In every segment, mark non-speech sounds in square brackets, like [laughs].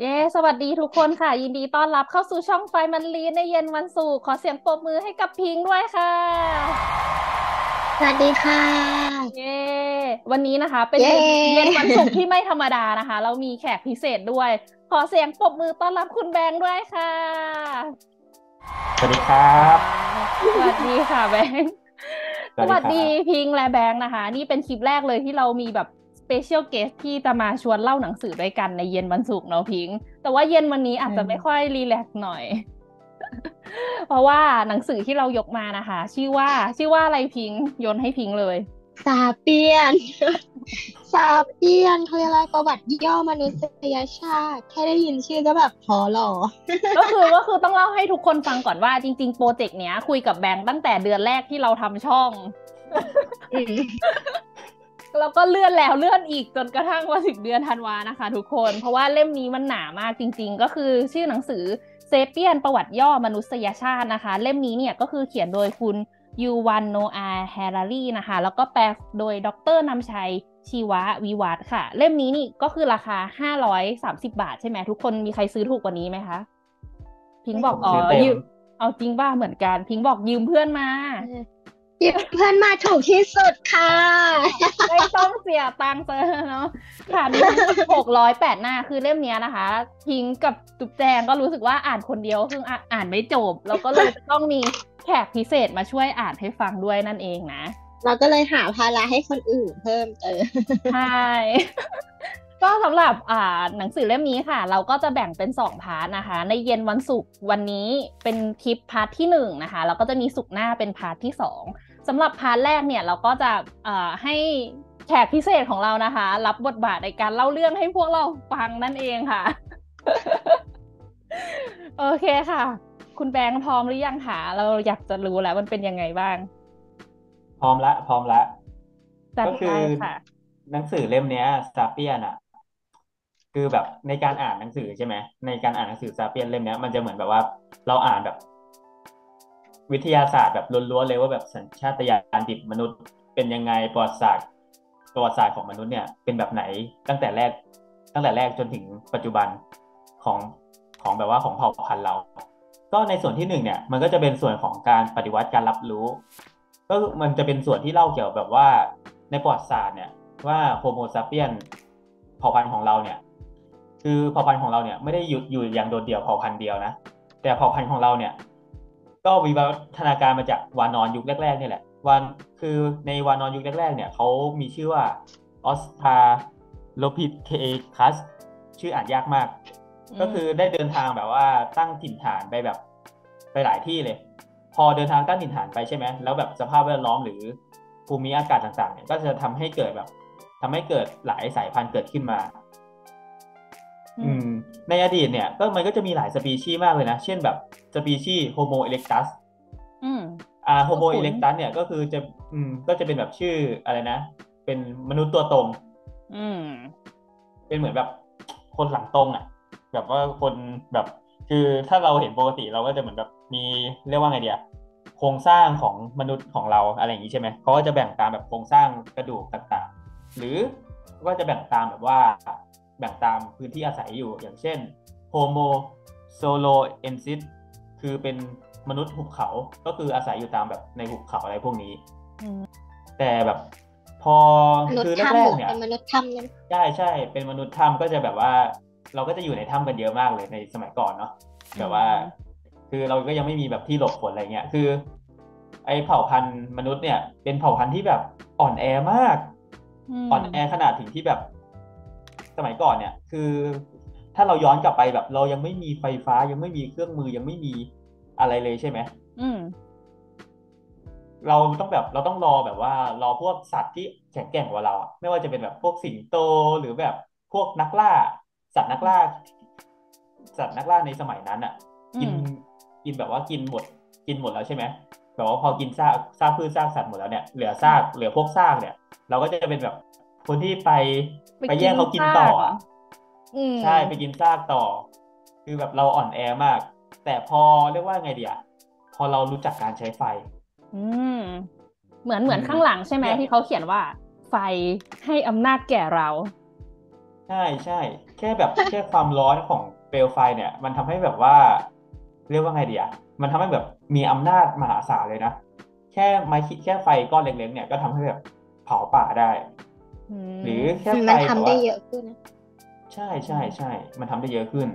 เย้ สวัสดีทุกคนค่ะ ยินดีต้อนรับเข้าสู่ช่องไฟมันลีดในเย็นวันศุกร์ขอเสียงปรบมือให้กับพิงค์ด้วยค่ะ สวัสดีค่ะ เย้วันนี้นะคะ เป็น เย้ เย็นวันศุกร์ที่ไม่ธรรมดานะคะ เรามีแขกพิเศษด้วย ขอเสียงปรบมือต้อนรับคุณแบงค์ด้วยค่ะ สวัสดีครับ สวัสดีค่ะแบงค์สวัสดี ครับ พิงค์และแบงค์นะคะ นี่เป็นคลิปแรกเลยที่เรามีแบบสเปเชียลเกสที่จะมาชวนเล่าหนังสือด้วยกันในเย็นวันศุกร์เนาะพิงค์แต่ว่าเย็นวันนี้อาจจะไม่ค่อยรีแลกซ์หน่อย [laughs] เพราะว่าหนังสือที่เรายกมานะคะ ชื่อว่าชื่อว่าอะไรพิงค์โยนให้พิงค์เลย ซาเปียน ซาเปียนคืออะไรประวัติย่อมนุษยชาติ แค่ได้ยินชื่อก็แบบพอหล่อ ก็คือก็คือต้องเล่าให้ทุกคนฟังก่อนว่าจริง ๆ โปรเจกต์เนี้ยคุยกับแบงค์ตั้งแต่เดือนแรกที่เราทำช่อง แล้วก็เลื่อนแล้วเลื่อนอีกจนกระทั่งว่าถึงเดือนธันวานะคะ ทุกคน เพราะว่าเล่มนี้มันหนามากจริง ๆ ก็คือชื่อหนังสือเซเปียนประวัติย่อมนุษยชาตินะคะ เล่มนี้เนี่ยก็คือเขียนโดยคุณยูวันโนอาแฮรารีนะคะ แล้วก็แปลโดยดรนำชัยชีวะวิวัฒน์ค่ะ เล่มนี้นี่ก็คือราคา 530 บาทใช่ไหมทุกคนมีใครซื้อถูกกว่านี้ไหมคะพิงค์บอกอ๋อ ชื่อเต็ม ยืมเอาจริงว่าเหมือนกัน พิงค์บอกยืมเพื่อนมา ยืมเพื่อนมาถูกที่สุดค่ะ ไม่ต้องเสียตังค์เจอเนาะค่ะมีหกร้อยแปดหน้าคือเล่มเนี้ยนะคะ พิงค์กับจุ๊บแจงก็รู้สึกว่าอ่านคนเดียวซึ่งอ่ะอ่านไม่จบ แล้วก็เลยต้องมีแขกพิเศษมาช่วยอ่านให้ฟังด้วยนั่นเองนะ เราก็เลยหาภาระให้คนอื่นเพิ่มเติม ใช่ [laughs] ก็สำหรับอ่าหนังสือเล่มนี้ค่ะ เราก็จะแบ่งเป็นสองพาร์ทนะคะ ในเย็นวันศุกร์วันนี้เป็นคลิปพาร์ทที่หนึ่งนะคะแล้วก็จะมีศุกร์หน้าเป็นพาร์ทที่สองสำหรับพาร์ทแรกเนี่ยเราก็จะอ่าให้แขกพิเศษของเรานะคะ รับบทบาทในการเล่าเรื่องให้พวกเราฟังนั่นเองค่ะ [laughs] โอเคค่ะ คุณแบงค์พร้อมหรือยังคะเราอยากจะรู้แล้วมันเป็นยังไงบ้าง พร้อมละพร้อมละ จัด ก็คื ไป อ ค่ะ หนังสือเล่มเนี้ยซาเปียนอ่ะ คือแบบในการอ่านหนังสือใช่ไหมในการอ่านหนังสือซาเปียนเล่มเนี้ยมันจะเหมือนแบบว่า เราอ่านแบบ วิทยาศาสตร์แบบล้วนๆเลยว่าแบบสัญชาตญาณดิบมนุษย์ เป็นยังไงประวัติศาสตร์ประวัติศาสตร์ของมนุษย์เนี่ยเป็นแบบไหนตั้งแต่แรก ตั้งแต่แรกจนถึงปัจจุบันของของแบบว่าของเผ่าพันธุ์เรา ก็ในส่วนที่หนึ่งเนี่ย มันก็จะเป็นส่วนของการปฏิวัติการรับรู้ ก็คือมันจะเป็นส่วนที่เล่าเกี่ยวกับแบบว่าในประวัติศาสตร์เนี่ย ว่าโฮโมซาเปียนเผ่าพันธุ์ของเราเนี่ย คือเผ่าพันธุ์ของเราเนี่ยไม่ได้อยู่อยู่อย่างโดดเดี่ยวเผ่าพันธุ์เดียวนะ แต่เผ่าพันธุ์ของเราเนี่ย ก็วิวัฒนาการมาจากวานอนยุคแรกๆเนี่ยแหละวานคือในวานอนยุคแรกๆ เนี่ยเขามีชื่อว่าออสตาโลพิเทคัสชื่ออ่านยากมาก อืม ก็คือได้เดินทางแบบว่าตั้งถิ่นฐานไปแบบไปหลายที่เลย พอเดินทางตั้งถิ่นฐานไปใช่ไหมแล้วแบบสภาพแวดล้อมหรือภูมิอากาศต่างๆเนี่ยก็จะทำให้เกิดแบบทำให้เกิดหลายสายพันธุ์เกิดขึ้นมา อืมในอดีตเนี่ยก็มันก็จะมีหลายสปีชีส์มากเลยนะ เช่นแบบสปีชีส์โฮโมเอเล็กตัส อืม อ่าโฮโม คุ้ เอน ๆ เล็กตัสเนี่ยก็คือจะอืมก็จะเป็นแบบชื่ออะไรนะ เป็นมนุษย์ตัวตรง อืม เป็นเหมือนแบบคนหลังตรงอ่ะ แบบว่าคนแบบคือถ้าเราเห็นปกติเราก็จะเหมือนแบบมีเรียกว่าไงเดียโครงสร้างของมนุษย์ของเราอะไรอย่างนี้ใช่ไหมเขาก็จะแบ่งตามแบบโครงสร้างกระดูกต่างๆ หรือก็จะแบ่งตามแบบว่าแบ่งตามพื้นที่อาศัยอยู่อย่างเช่นโฮโมโซโลเอนซิสคือเป็นมนุษย์หุบเขา ก็คืออาศัยอยู่ตามแบบในหุบเขาอะไรพวกนี้ อืม แต่แบบพอ มนุษ คือ ย์ถ้ำ แร เหรอกๆเนี่ย เป็นมนุษย์ถ้ำนั้น ใช่ใช่เป็นมนุษย์ถ้ำก็จะแบบว่า เราก็จะอยู่ในถ้ำกันเยอะมากเลยในสมัยก่อนเนาะแบบว่า คือเราก็ยังไม่มีแบบที่หลบฝนอะไรเงี้ยคือ ไอเผ่าพันธุ์มนุษย์เนี่ย เป็นเผ่าพันธุ์ที่แบบอ่อนแอมาก อ่อนแอขนาดถึงที่แบบ สมัยก่อนเนี่ย คือ ถ้าเราย้อนกลับไปแบบ เรายังไม่มีไฟฟ้ายังไม่มีเครื่องมือยังไม่มีอะไรเลยใช่ไหม อืม เราต้องแบบเราต้องรอแบบว่ารอพวกสัตว์ที่แข็งแกร่งกว่าเราอะไม่ว่าจะเป็นแบบพวกสิงโตหรือแบบพวกนักล่า สัตว์นักล่า สัตว์นักล่าในสมัยนั้นอะ อื กิน ม กินแบบว่ากินหมด กินหมดแล้วใช่ไหมแบบว่าพอกินซากซากพืชซากสัตว์หมดแล้วเนี่ยเหลือซากเหลือพวกซากเนี่ย เราก็จะเป็นแบบคนที่ไปไปแย่งเขากินต่ออะ อืม ใช่ไปกินซากต่อ คือแบบเราอ่อนแอมาก แต่พอเรียกว่าไงเดียพอเรารู้จักการใช้ไฟ อืมเหมือนเหมือนข้างหลังใช่ไหมที่เขาเขียนว่า ไฟให้อำนาจแก่เรา ใช่ใช่แค่แบบ [laughs] แค่ความร้อนของเปลวไฟเนี่ย มันทำให้แบบว่า เรียกว่าไงเดียมันทำให้แบบมีอำนาจมหาศาลเลยนะแค่ไม้คิดแค่ไฟก้อนเล็กๆเนี่ยก็ทำให้แบบเผาป่าได้ อืม หรือแค่ไฟ มันทำ แบบ ได้ ว่า เยอะขึ้นนะ ใช่ใช่ใช่มันทำได้เยอะขึ้น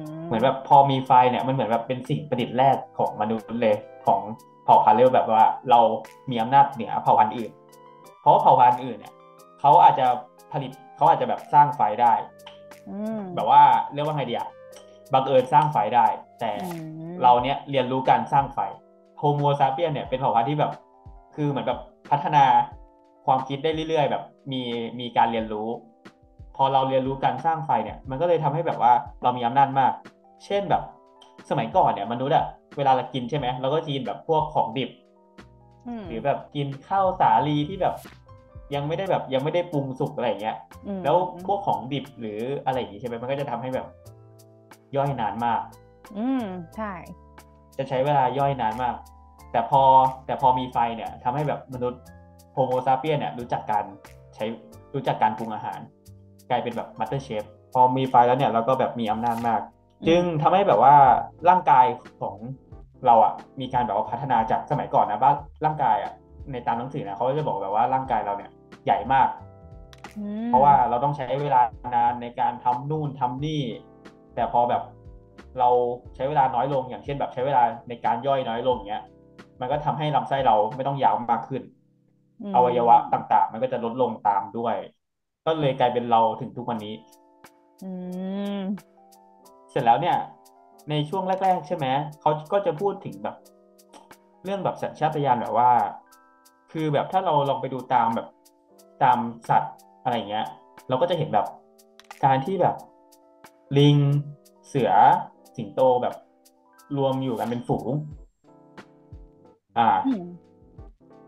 ม เหมือนแบบพอมีไฟเนี่ยมันเหมือนแบบเป็นสิ่งประดิษฐ์แรกของมนุษย์เลยของเผ่าพันธุ์เรียกว่าแบบว่าเรามีอำนาจเหนือเผ่าพันธุ์อื่น เพราะว่าเผ่าพันธุ์อื่นเนี่ยเขาอาจจะผลิตเขาอาจจะแบบสร้างไฟได้ อืม แบบว่าเรียกว่าไงดีอะบังเอิญสร้างไฟได้ แต่ อืม เราเนี่ยเรียนรู้การสร้างไฟโฮโมซาเปียนเนี่ยเป็นเผ่าพันธุ์ที่แบบ คือเหมือนแบบพัฒนาความคิดได้เรื่อยๆ แบบมีมีการเรียนรู้ พอเราเรียนรู้การสร้างไฟเนี่ย มันก็เลยทำให้แบบว่าเรามีอำนาจมาก เช่นแบบสมัยก่อนเนี่ยมนุษย์อะเวลาเรากินใช่ไหมเราก็กินแบบพวกของดิบ อืม หรือแบบกินข้าวสาลีที่แบบ ยังไม่ได้แบบยังไม่ได้ปรุงสุกอะไรอย่างเงี้ย อืม แล้วพวกของดิบหรืออะไรอย่างงี้ใช่ไหมมันก็จะทำให้แบบย่อยนานมาก อืมใช่ จะใช้เวลาย่อยนานมาก แต่พอแต่พอมีไฟเนี่ยทำให้แบบมนุษย์โฮโมซาเปียนเนี่ยรู้จักการใช้รู้จักการปรุงอาหาร กลายเป็นแบบมัตเตอร์เชฟพอมีไฟแล้วเนี่ยเราก็แบบมีอำนาจมาก ม จึงทำให้แบบว่าร่างกายของเราอะมีการแบบว่าพัฒนาจากสมัยก่อนนะว่าร่างกายอะในตามหนังสือนะเขาก็จะบอกแบบว่าร่างกายเราเนี่ยใหญ่มาก อืม เพราะว่าเราต้องใช้เวลานานในการทำนู่นทำนี่ แต่พอแบบเราใช้เวลาน้อยลงอย่างเช่นแบบใช้เวลาในการย่อยน้อยลงเงี้ย มันก็ทำให้ลำไส้เราไม่ต้องยาวมากขึ้น ม อวัยวะต่างๆ มันก็จะลดลงตามด้วย ก็เลยกลายเป็นเราถึงทุกวันนี้ อืม เสร็จแล้วเนี่ยในช่วงแรก ๆ ใช่ไหมเขาก็จะพูดถึงแบบ เรื่องแบบสัญชาตญาณแบบว่า คือแบบถ้าเราลองไปดูตามแบบตามสัตว์อะไรอย่างเงี้ย เราก็จะเห็นแบบการที่แบบลิงเสือสิงโตแบบ รวมอยู่กันเป็นฝูง อ่า อืม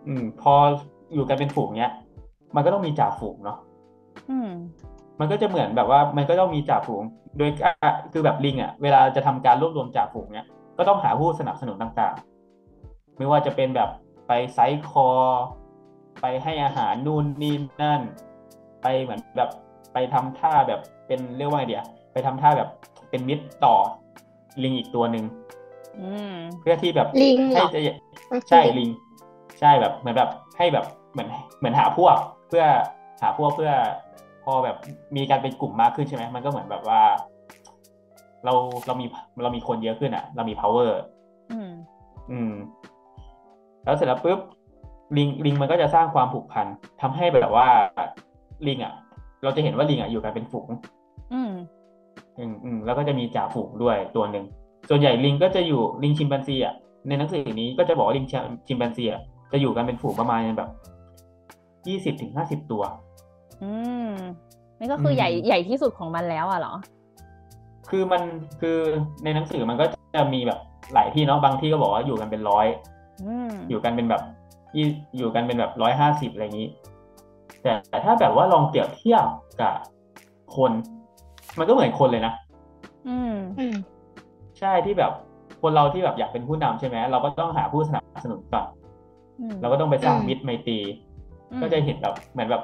อืม พออยู่กันเป็นฝูงเนี้ย มันก็ต้องมีจ่าฝูงเนาะ อืม มันก็จะเหมือนแบบว่ามันก็ต้องมีจ่าฝูง โดยอ่ะคือแบบลิงอ่ะ เวลาจะทำการรวบรวมจ่าฝูงเนี่ยก็ต้องหาผู้สนับสนุนต่างๆ ไม่ว่าจะเป็นแบบไปไซส์คอ ไปให้อาหารนู่นนี่นั่น ไปเหมือนแบบไปทำท่าแบบเป็นเรียกว่าไงเดียไปทำท่าแบบเป็นมิตรต่อลิงอีกตัวหนึ่ง อืม เพื่อที่แบบ ลิงเหร ให้ อ จะ ใช่ลิง ใช่แบบเหมือนแบบให้แบบเหมือนเหมือนหาพวก เพื่อหาพวกเพื่อพอแบบมีการเป็นกลุ่มมากขึ้นใช่ไหมมันก็เหมือนแบบว่า เราเรามีเรามีคนเยอะขึ้นอ่ะ เรามี power อืม อืม แล้วเสร็จแล้วปุ๊บลิงลิงมันก็จะสร้างความผูกพันทำให้แบบว่าลิงอ่ะ เราจะเห็นว่าลิงอ่ะอยู่กันเป็นฝูง อืม อืมอืมแล้วก็จะมีจ่าฝูงด้วยตัวหนึ่ง ส่วนใหญ่ลิงก็จะอยู่ลิงชิมแปนซีอ่ะในหนังสือนี้ก็จะบอกว่าลิงชิมแปนซีอ่ะจะอยู่กันเป็นฝูงประมาณแบบยี่สิบถึงห้าสิบตัว อืม นี่ก็คืออ ม ใหญ่ใหญ่ที่สุดของมันแล้วอ่ะเหรอ คือมันคือในหนังสือมันก็จะมีแบบหลายที่เนาะบางที่ก็บอกว่าอยู่กันเป็นร้อย อืม อยู่กันเป็นแบบยี่อยู่กันเป็นแบบร้อยห้าสิบอะไรอย่างนี้ แต่แต่ถ้าแบบว่าลองเปรียบเทียบกับคน มันก็เหมือนคนเลยนะ อืม อืม ใช่ที่แบบคนเราที่แบบอยากเป็นผู้นำใช่ไหมเราก็ต้องหาผู้สนับสนุนก่อน อืม เราก็ต้องไปสร้างมิตรไมตรี อืม ก็จะเห็นแบบเหมือนแบบ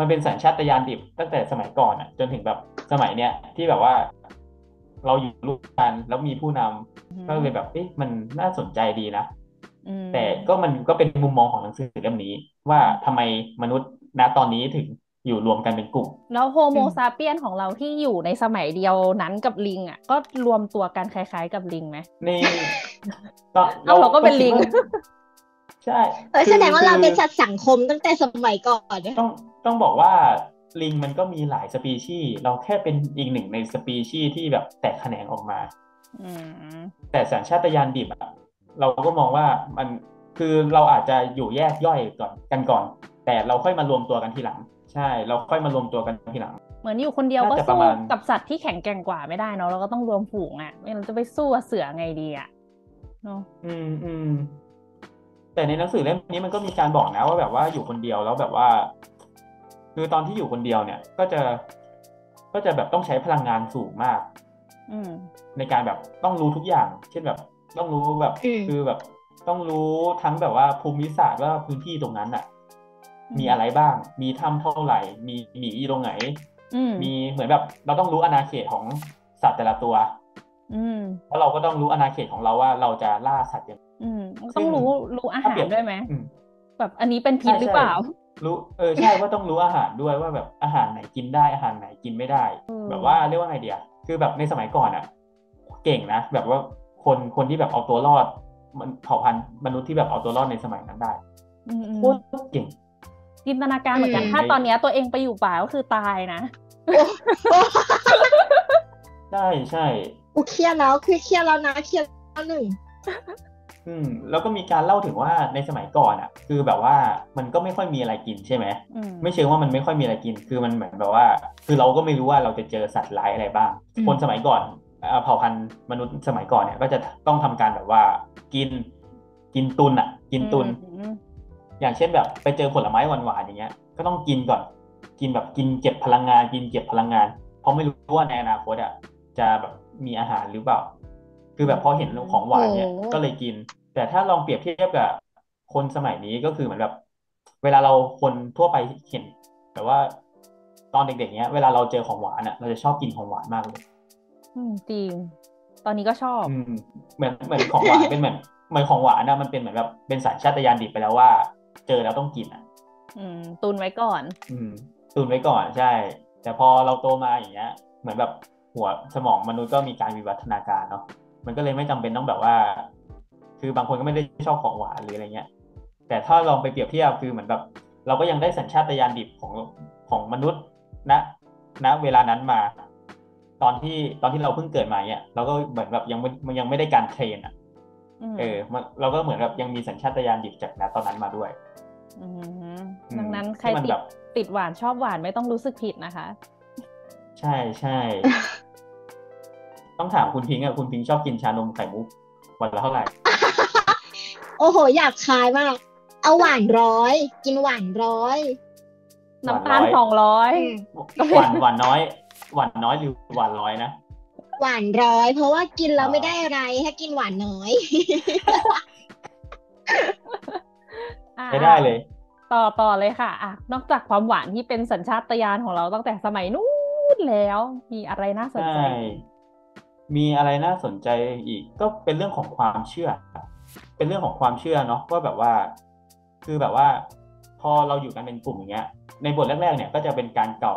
มันเป็นสัญชาตญาณดิบตั้งแต่สมัยก่อนอ่ะ จนถึงแบบสมัยเนี้ยที่แบบว่า เราอยู่ร่วมกันแล้วมีผู้นำก็เลยแบบเอ๊ะมันน่าสนใจดีนะ อืม แต่ก็มันก็เป็นมุมมองของหนังสือเล่มนี้ ว่าทำไมมนุษย์ณตอนนี้ถึงอยู่รวมกันเป็นกลุ่ม แล้วโฮโมซาเปียนของเราที่อยู่ในสมัยเดียวนั้นกับลิง อ่ะ ก็รวมตัวกันคล้าย ๆ กับลิงไหม ใน [laughs] ตอน เอ้าเราก็เป็นลิง ใช่ เออแสดงว่าเราเป็น คือ สัตว์สังคมตั้งแต่สมัยก่อนเนี่ย ต้องต้องบอกว่าลิงมันก็มีหลายสปีชีส์เราแค่เป็นอีกหนึ่งในสปีชีส์ที่แบบแตกแขนงออกมา อืม แต่สัญชาตญาณดิบอะเราก็มองว่ามัน คือเราอาจจะอยู่แยกย่อยก่อนกันก่อน แต่เราค่อยมารวมตัวกันทีหลัง ใช่ เราค่อยมารวมตัวกันทีหลัง เหมือนอยู่คนเดียวก็ น่าจะป สู้ ระมาณ กับสัตว์ที่แข็งแกร่งกว่าไม่ได้เนาะเราก็ต้องรวมฝูงอะ่ะไม่งั้นเราจะไปสู้กับเสือไงดีอะ่ะเนาะ อืมอืมแต่ในหนังสือเล่มนี้มันก็มีการบอกนะว่าแบบว่าอยู่คนเดียวแล้วแบบว่า คือตอนที่อยู่คนเดียวเนี่ย ก็จะก็จะแบบต้องใช้พลังงานสูงมาก อืม ในการแบบต้องรู้ทุกอย่าง เช่นแบบต้องรู้แบบ อืม คือแบบต้องรู้ทั้งแบบว่าภูมิศาสตร์ว่าพื้นที่ตรงนั้นอ่ะ อืม มีอะไรบ้าง มีถ้ำเท่าไหร่ มีหมีตรงไหน อืม มีเหมือนแบบ เราต้องรู้อาณาเขตของสัตว์แต่ละตัว อืม แล้วเราก็ต้องรู้อาณาเขตของเราว่าเราจะล่าสัตว์ยังไง อืมต้องรู้รู้อา ถ้า หาร เปรียบ ด้วยไหม อืม แบบอันนี้เป็นพิษหรือเปล่า รู้เออใช่ว่าต้องรู้อาหารด้วยว่าแบบอาหารไหนกินได้อาหารไหนกินไม่ได้ อืม แบบว่าเรียกว่าไงเดียคือแบบในสมัยก่อนอ่ะ เก่งนะแบบว่าคนคนที่แบบเอาตัวรอด มันเผ่าพันธุ์มนุษย์ที่แบบเอาตัวรอดในสมัยนั้นได้ อืมอืม โคตรเก่ง จินตนาการเหมือนกัน อืม ถ้าตอนเนี้ยตัวเองไปอยู่ป่าก็คือตายนะ ได้ใช่ กูเครียดแล้วคือเครียดแล้วนะเครียดแล้วหนึ่ง อืม แล้วก็มีการเล่าถึงว่าในสมัยก่อนอ่ะ คือแบบว่ามันก็ไม่ค่อยมีอะไรกินใช่ไหม อืม ไม่เชิงว่ามันไม่ค่อยมีอะไรกิน คือมันเหมือนแบบว่า คือเราก็ไม่รู้ว่าเราจะเจอสัตว์ร้ายอะไรบ้าง อืม คนสมัยก่อนเอ่อเผ่าพันธุ์มนุษย์สมัยก่อนเนี่ยก็จะต้องทำการแบบว่ากินกินตุนอ่ะ กินตุน อืม อย่างเช่นแบบไปเจอผลไม้หวานๆอย่างเงี้ย ก็ต้องกินก่อน กินแบบกินเก็บพลังงาน กินเก็บพลังงาน เพราะไม่รู้ว่าในอนาคตอ่ะจะแบบมีอาหารหรือเปล่า คือแบบพอเห็นของหวานเนี่ย โอ้ ก็เลยกิน แต่ถ้าลองเปรียบเทียบกับคนสมัยนี้ก็คือเหมือนแบบ เวลาเราคนทั่วไปเห็นแต่ว่าตอนเด็กๆเนี้ย เวลาเราเจอของหวานอ่ะ เราจะชอบกินของหวานมากเลย อืมจริง ตอนนี้ก็ชอบ อืมเหมือนเหมือนของหวาน เป็นเหมือนเหมือนของหวานนะมันเป็นเหมือนแบบเป็นสัญชาตญาณดิบไปแล้วว่า เจอแล้วต้องกินอ่ะ อืม ตุนไว้ก่อน อืมตุนไว้ก่อนใช่ แต่พอเราโตมาอย่างเงี้ย เหมือนแบบหัวสมองมนุษย์ก็มีการวิวัฒนาการเนาะมันก็เลยไม่จำเป็นต้องแบบว่า คือบางคนก็ไม่ได้ชอบของหวานหรืออะไรเงี้ย แต่ถ้าลองไปเปรียบเทียบคือเหมือนแบบ เราก็ยังได้สัญชาตญาณดิบของของมนุษย์นะนะเวลานั้นมา ตอนที่ตอนที่เราเพิ่งเกิดมาเนี่ยเราก็เหมือนแบบยังไม่มันยังไม่ได้การเทรนอ่ะ อืม เออมันเราก็เหมือนแบบยังมีสัญชาตญาณดิบจากณตอนนั้นมาด้วย ม อืม ดังนั้นใคร ที่มัน ติ แบ ด บ ติดหวานชอบหวานไม่ต้องรู้สึกผิดนะคะ ใช่ใช่ ต้องถามคุณพิงค์อะคุณพิงค์ชอบกินชานมไข่มุกวันละเท่าไหร่ โอ้โหอยากคายมาก เอาหวานร้อย กินหวานร้อย น้ำตาล หวานร้อย สอืองร้อยม หวานหวานน้อย หวานน้อยหรือหวานร้อยนะ หวานร้อย เพราะว่ากินแล้ว อ่า ไม่ได้อะไร ถ้ากินหวานน้อย ใช้ได้เลย ต่อต่อเลยค่ะอ่ะ นอกจากความหวานที่เป็นสัญชาตญาณของเราตั้งแต่สมัยนู้นแล้ว มีอะไรน่าสน ใช่ ใจ มีอะไรน่าสนใจอีก ก็เป็นเรื่องของความเชื่อ เป็นเรื่องของความเชื่อเนาะว่าแบบว่า คือแบบว่า พอเราอยู่กันเป็นกลุ่มอย่างเงี้ย ในบทแรกๆเนี่ยก็จะเป็นการเก่า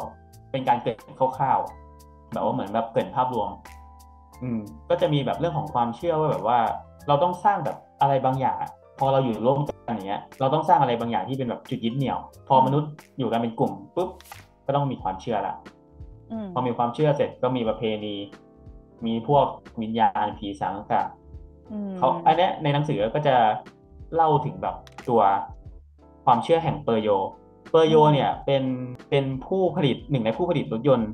เป็นการเกิดคร่าวๆ แบบว่าเหมือนแบบเกริดภาพรวม อืม ก็จะมีแบบเรื่องของความเชื่อว่าแบบว่า เราต้องสร้างแบบอะไรบางอย่างอะพอเราอยู่ร่วมกันอย่างเงี้ย เราต้องสร้างอะไรบางอย่างที่เป็นแบบจุดยึดเหนี่ยว พอมนุษย์อยู่กันเป็นกลุ่มปุ๊บ ก็ต้องมีความเชื่อละ อืม พอมีความเชื่อเสร็จก็มีประเพณี มีพวกวิญญาณผีสางต่าง อืม ๆเขาอันเนี้ยในหนังสือก็จะเล่าถึงแบบตัวความเชื่อแห่งเปอร์โย เปอร์โยเนี่ยเป็นเป็นผู้ผลิตหนึ่งในผู้ผลิตรถยนต์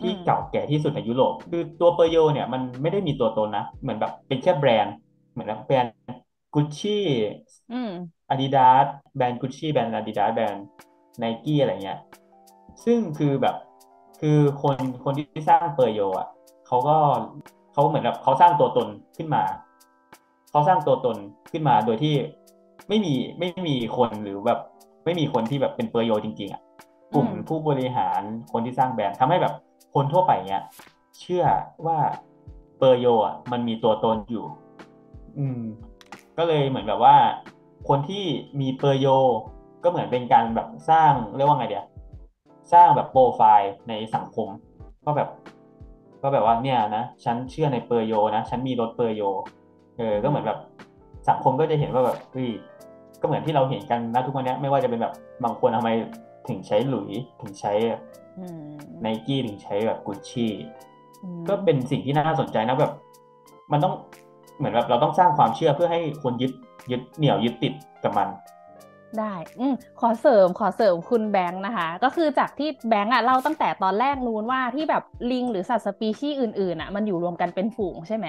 ที่เก่าแก่ที่สุดในยุโรป คือตัวเปอร์โยเนี่ยมันไม่ได้มีตัวตนนะ เหมือนแบบเป็นแค่แบรนด์ เหมือนแบบแบรนด์กุชชี่ อืม อาดิดาสแบรนด์กุชชี่แบรนด์อาดิดาสแบรนด์ไนกี้อะไรเงี้ย ซึ่งคือแบบคือคนคนที่สร้างเปอร์โยอ่ะเขาก็เขาเหมือนแบบเขาสร้างตัวตนขึ้นมาเขาสร้างตัวตนขึ้นมาโดยที่ไม่มีไม่มีคนหรือแบบไม่มีคนที่แบบเป็นเปอร์โยจริงๆอ่ะกลุ่ม อืม ผู้บริหารคนที่สร้างแบรนด์ทำให้แบบคนทั่วไปเนี้ยเชื่อว่าเปอร์โยอ่ะมันมีตัวตนอยู่ อืม ก็เลยเหมือนแบบว่า คนที่มีเปอร์โย ก็เหมือนเป็นการแบบสร้างเรียกว่าไงเดียวสร้างแบบโปรไฟล์ในสังคมก็แบบ ก็แบบว่าเนี่ยนะฉันเชื่อในเปอร์โยนะฉันมีรถเปอร์โยเออก็เหมือนแบบสังคมก็จะเห็นว่าแบบเฮ้ยก็เหมือนที่เราเห็นกันนะทุกวันเนี้ยไม่ว่าจะเป็นแบบบางคนทำไมถึงใช้หลุยส์ถึงใช้ อืม ไนกี้ถึงใช้แบบกุชชี่ อืม ก็เป็นสิ่งที่น่าสนใจนะแบบ มันต้องเหมือนแบบเราต้องสร้างความเชื่อเพื่อให้คนยึด ยึดเหนี่ยวยึดติดกับมัน ได้อืมขอเสริมขอเสริมคุณแบงค์นะคะ ก็คือจากที่แบงค์อ่ะเล่าตั้งแต่ตอนแรกนู้นว่าที่แบบลิงหรือสัตว์สปีชีส์อื่นๆอ่ะมันอยู่รวมกันเป็นฝูงใช่ไหม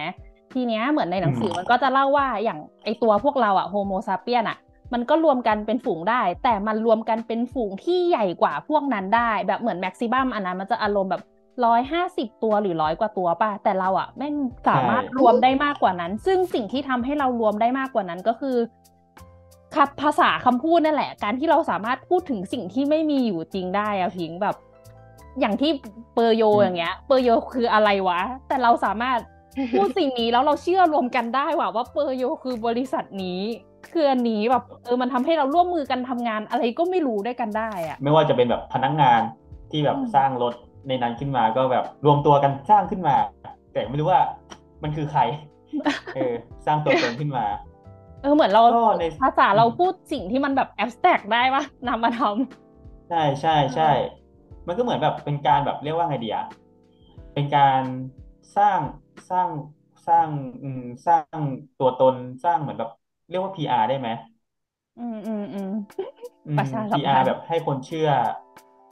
ทีเนี้ยเหมือนในหนังสือมันก็จะเล่าว่าอย่างไอตัวพวกเราอ่ะโฮโมซาเปียนอ่ะ มันก็รวมกันเป็นฝูงได้ แต่มันรวมกันเป็นฝูงที่ใหญ่กว่าพวกนั้นได้ แบบเหมือนแม็กซิมัมอันนั้นมันจะอารมณ์แบบร้อยห้าสิบตัวหรือร้อยกว่าตัวป่ะแต่เราอ่ะแม่งสามารถ ใช่ รวมได้มากกว่านั้น ซึ่งสิ่งที่ทำให้เรารวมได้มากกว่านั้นก็คือคับภาษาคำพูดนั่นแหละ การที่เราสามารถพูดถึงสิ่งที่ไม่มีอยู่จริงได้อะพิงแบบ อย่างที่เปอร์โย อืม อย่างเงี้ย เปอร์โยคืออะไรวะ แต่เราสามารถ พูดสิ่งนี้แล้วเราเชื่อรวมกันได้ว่าว่าเปอร์โยคือบริษัทนี้คืออันนี้แบบเออมันทำให้เราร่วมมือกันทำงานอะไรก็ไม่รู้ด้วยกันได้อะ ไม่ว่าจะเป็นแบบพนักงานที่แบบ อืม สร้างรถในนั้นขึ้นมาก็แบบรวมตัวกันสร้างขึ้นมา แต่ไม่รู้ว่ามันคือใค [laughs] ร เออ สร้างตัวตนขึ้นมา เออเหมือนเรา ก็ใน ภาษาเราพูดสิ่งที่มันแบบแอบสแต็กได้ปะนำมาท ใช่ใช่ใช่ มันก็เหมือนแบบเป็นการแบบเรียกว่าไงดีอะเป็นการสร้างสร้างสร้างอืมสร้างตัวตนสร้างเหมือนแบบ เรียกว่า PR ได้ไหม ำอืมอืมอืม อืม ประชาสัมพันธ์ PR แบบให้คนเชื่อ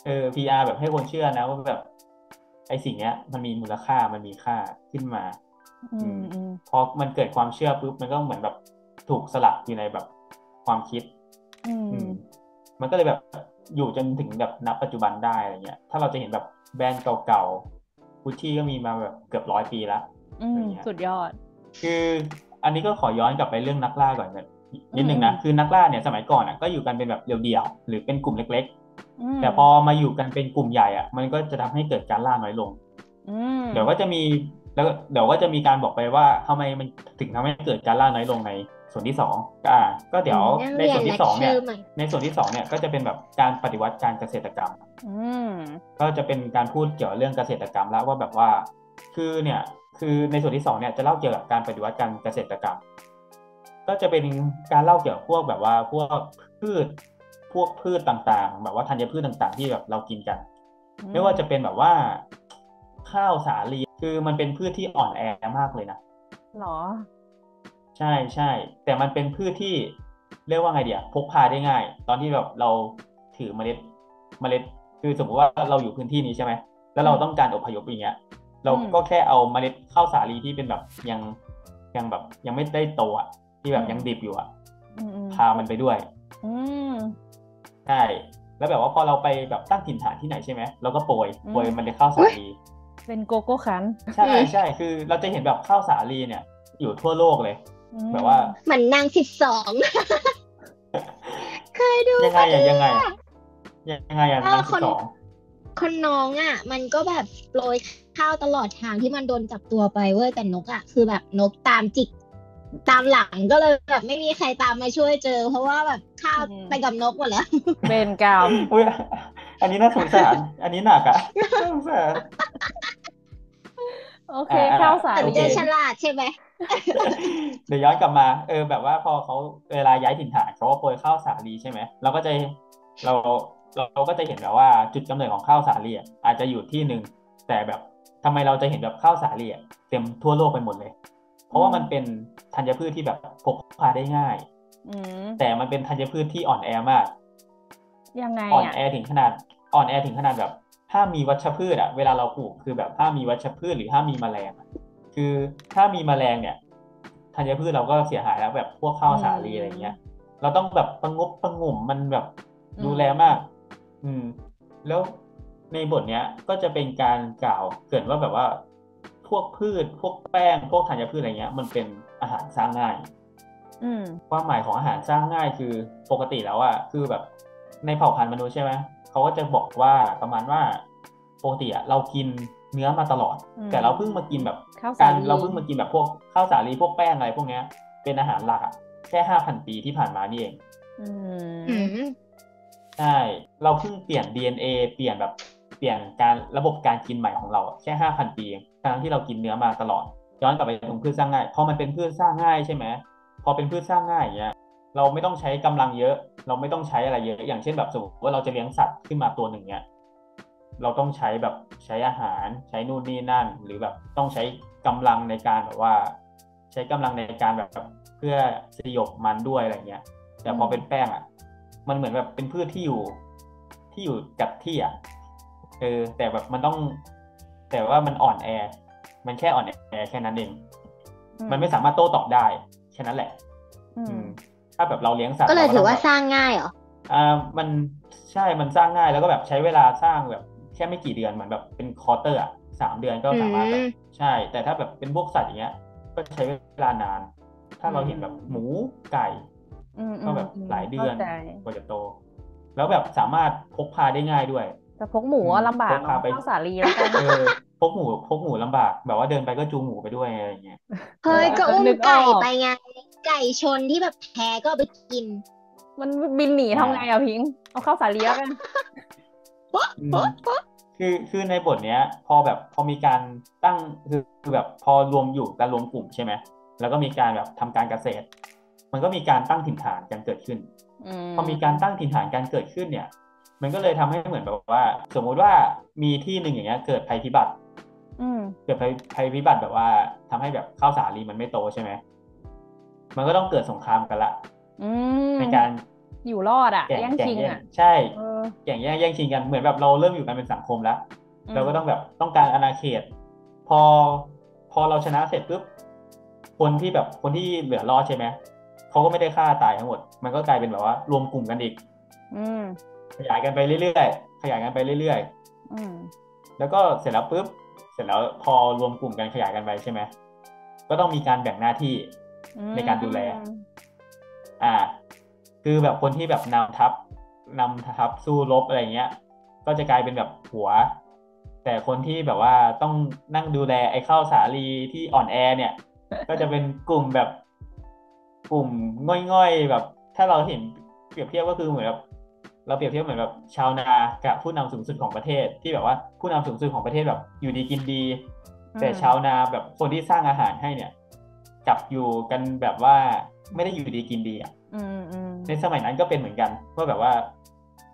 เออ PR แบบให้คนเชื่อนะว่าแบบ ไอ้สิ่งเนี้ย มันมีมูลค่ามันมีค่าขึ้นมา อืมอืม พอมันเกิดความเชื่อปุ๊บมันก็เหมือนแบบถูกสลักอยู่ในแบบความคิด อืม อืมมันก็เลยแบบอยู่จนถึงแบบนับปัจจุบันได้อะไรเงี้ย ถ้าเราจะเห็นแบบแบรนด์เก่าๆกุชชี่ก็มีมาแบบเกือบร้อยปีแล้ว อืม สุดยอด คืออันนี้ก็ขอย้อนกลับไปเรื่องนักล่าก่อนนะนิดนึงนะ อืม คือนักล่าเนี่ยสมัยก่อนอ่ะก็อยู่กันเป็นแบบเดี่ยวๆหรือเป็นกลุ่มเล็ก ม ๆ แต่พอมาอยู่กันเป็นกลุ่มใหญ่อ่ะ มันก็จะทำให้เกิดการล่าน้อยลง ม เดี๋ยวก็จะมีแล้วเดี๋ยวก็จะมีการบอกไปว่าทำไมมันถึงทำให้เกิดการล่าน้อยลงในส่วนที่สองอ่า ก็เดี๋ยว นั่ง ใน เรียนเลคส่วนที่สอง เช เนี่ อย ร์ใหม่ ในส่วนที่สองเนี่ยก็จะเป็นแบบการปฏิวัติการเกษตรกรรม อืม ก็จะเป็นการพูดเกี่ยวเรื่องเกษตรกรรมแล้วว่าแบบว่า คือเนี่ยคือในส่วนที่สองเนี่ยจะเล่าเกี่ยวกับการปฏิวัติการเกษตรกรรม ก็จะเป็นการเล่าเกี่ยวกับพวกแบบว่าพวกพืชพวกพืชต่างๆ แบบว่าธัญพืชต่างๆ ที่แบบเรากินกัน อืม ไม่ว่าจะเป็นแบบว่าข้าวสาลีคือมันเป็นพืชที่อ่อนแอมากเลยนะ หรอ ใช่ใช่ แต่มันเป็นพืชที่เรียกว่าไงเดียวพกพาได้ง่าย ตอนที่แบบเราถือเมล็ดเมล็ด คือสมมติว่าเราอยู่พื้นที่นี้ใช่ไหมแล้วเราต้องการอพยพอย่างเงี้ย เราก็แค่เอาเมล็ดข้าวสาลีที่เป็นแบบยังยังแบบยังไม่ได้โตอ่ะที่แบบ อืม ยังดิบอยู่อ่ะ อืมอืม พามันไปด้วย อืม ใช่แล้วแบบว่าพอเราไปแบบตั้งถิ่นฐานที่ไหนใช่ไหมเราก็โปรย อืม โปรยเมล็ดข้าวสาลี เป็นโกโก้คัน ใช่ใช่คือเราจะเห็นแบบข้าวสาลีเนี่ย อยู่ทั่วโลกเลย อืม แบบว่า เหมือนนางสิบสองเคยดู ยังไง ปะ อะ เนี่ ยังไงอะยังไงอะ เออ นัก คน สอง คนน้องอ่ะ มันก็แบบโปรยข้าวตลอดทางที่มันโดนจับตัวไปเว้ยแต่นกอ่ะคือแบบนกตามจิกตามหลังก็เลยแบบไม่มีใครตามมาช่วยเจอ เพราะว่าแบบข้าวไปกับนกหมดแล้ว เป็นกรรม อุ้ยอันนี้น่าสงสาร อันนี้หนักอ่ะน่าสงสาร โอเค อ่า ข้าวสา แต่ ลี เจ โอ อ เค ฉลาดใช่ไหม เดี๋ยวย้อนกลับมา เออ แบบว่าพอเขาเวลาย้ายถิ่นฐานเขาก็โปรยข้าวสาลีใช่ไหมเราก็จะเราเราเราก็จะเห็นแบบว่าจุดกำเนิดของข้าวสาลีอะอาจจะอยู่ที่หนึ่งแต่แบบทำไมเราจะเห็นแบบข้าวสาลีอะเต็มทั่วโลกไปหมดเลย เพราะว่ามันเป็นธัญพืชที่แบบพกพาได้ง่าย อืม แต่มันเป็นธัญพืชที่อ่อนแอมาก ยังไง อ่อน อ่ะ แอถึงขนาดอ่อนแอถึงขนาดแบบห้ามมีวัชพืชอะเวลาเราปลูกคือแบบห้ามมีวัชพืชหรือห้ามมีแมลงอะคือถ้ามีแมลงเนี่ยธัญพืชเราก็เสียหายแล้วแบบพวกข้าวสาลีอะไรเงี้ย เราต้องแบบประงบประงมมันแบบดูแลมาก อืม แล้วในบทเนี้ยก็จะเป็นการกล่าวเกรินว่าแบบว่า พวกพืช พวกแป้ง พวกธัญพืชอะไรเงี้ย มันเป็นอาหารสร้างง่าย อืม ความหมายของอาหารสร้างง่ายคือปกติแล้วอะคือแบบในเผ่าพันธุ์มนุษย์ใช่ไหมเขาก็จะบอกว่าประมาณว่าปกติอะเรากินเนื้อมาตลอด อืม แต่เราเพิ่งมากินแบบ ข้าวสา การ ลี เราเพิ่งมากินแบบพวกข้าวสาลีพวกแป้งอะไรพวกเนี้ย เป็นอาหารหลักอะแค่ห้าพันปีที่ผ่านมานี่เอง อื อื ม ม ใช่เราเพิ่งเปลี่ยน DNA เปลี่ยนแบบเปลี่ยนการระบบการกินใหม่ของเราอะแค่ห้าพันปีเองทั้งที่เรากินเนื้อมาตลอด ย้อนกลับไปตรงพืชสร้างง่ายพอมันเป็นพืชสร้างง่ายใช่ไหม พอเป็นพืชสร้างง่ายอย่างเงี้ยเราไม่ต้องใช้กำลังเยอะ เราไม่ต้องใช้อะไรเยอะ อย่างเช่นแบบสมมติว่าเราจะเลี้ยงสัตว์ขึ้นมาตัวหนึ่งเนี้ยเราต้องใช้แบบใช้อาหาร ใช้นู่นนี่นั่น หรือแบบต้องใช้กำลังในการแบบว่า ใช้กำลังในการแบบ เพื่อสยบมันด้วยอะไรเงี้ย แต่พอเป็นแป้งอ่ะ มันเหมือนแบบเป็นพืชที่อยู่ที่อยู่กับที่อ่ะเออ แต่แบบมันต้อง แต่ว่ามันอ่อนแอ มันแค่อ่อนแอแค่นั้นเอง มันไม่สามารถโต้ตอบได้แค่นั้นแหละ อื อื ม ม ถ้าแบบเราเลี้ยงสัตว์ ก็เลย ร ถือว่า ต้แบบ สร้างง่ายเหรอ อ่ามันใช่มันสร้างง่ายแล้วก็แบบใช้เวลาสร้างแบบแค่ไม่กี่เดือนเหมือนแบบเป็นควอเตอร์อ่ะสามเดือนก็สามารถแบ อื บ ม ใช่ แต่ถ้าแบบเป็นพวกสัตว์อย่างเงี้ย ก็ใช้เวลานาน ถ้าเราเห็นแบบหมูไก่ อืม ก็แบบ ม หลายเดือน ข้าใจ กว่าจะโต แล้วแบบสามารถพกพาได้ง่ายด้วย แต่พกหมูอะลำบาก พกพา เนาะ ไป ข้าวสาลีแล้วกัน เออพกหมูพกหมูลำบาก แบบว่าเดินไปก็จูงหมูไปด้วยอะไรอย่างเงี้ย เฮ้ย เออ ก็อุ้ม นึกอ ไก่ อก ไปไงไก่ชนที่แบบแพ้ก็เอาไปกิน มันบินหนีทำไงอะพิงค์เอาข้าวสาลีแล้วกัน อืมคือคือในบทเนี้ย พอแบบพอมีการตั้งคือคือแบบพอรวมอยู่การรวมกลุ่มใช่ไหมแล้วก็มีการแบบทำการเกษตร มันก็มีการตั้งถิ่นฐานกันเกิดขึ้น พอมีการตั้งถิ่นฐานการเกิดขึ้นเนี่ย มันก็เลยทำให้เหมือนแบบว่า สมมุติว่ามีที่หนึ่งอย่างเงี้ย เกิดภัยพิบัติ อืม เกิดภัยภัยพิบัติแบบว่าทำให้แบบข้าวสาลีมันไม่โตใช่ไหม มันก็ต้องเกิดสงครามกันละ อืม ในการ อยู่รอดอะ แข่ง แย่ง แข่ง ชิง แย่ง อะ ใช่ เออ แข่งแย่งแย่งชิงกันเหมือนแบบเราเริ่มอยู่กันเป็นสังคมแล้ว ม เราก็ต้องแบบต้องการอาณาเขต พอพอเราชนะเสร็จปุ๊บคนที่แบบคนที่เหลือรอดใช่ไหมเขาก็ไม่ได้ฆ่าตายทั้งหมด มันก็กลายเป็นแบบว่ารวมกลุ่มกันอีก อืม ขยายกันไปเรื่อยๆขยายกันไปเรื่อยๆ อืม แล้วก็เสร็จแล้วปุ๊บ เสร็จแล้วพอรวมกลุ่มกันขยายกันไปใช่ไหม ก็ต้องมีการแบ่งหน้าที่ ในการดูแล อ่า คือแบบคนที่แบบนำทัพนำทัพสู้รบอะไรเงี้ย ก็จะกลายเป็นแบบหัว แต่คนที่แบบว่าต้องนั่งดูแลไอ้ข้าวสาลีที่อ่อนแอเนี่ย ก็จะเป็นกลุ่มแบบ กลุ่มง่อยๆแบบ ถ้าเราเห็นเปรียบเทียบก็คือเหมือนแบบเราเปรียบเทียบเหมือนแบบชาวนากับผู้นำสูงสุดของประเทศ ที่แบบว่าผู้นำสูงสุดของประเทศแบบอยู่ดีกินดี แต่ชาวนาแบบคนที่สร้างอาหารให้เนี่ยกลับอยู่กันแบบว่าไม่ได้อยู่ดีกินดีอ่ะ อืมอืม ในสมัยนั้นก็เป็นเหมือนกันว่าแบบว่า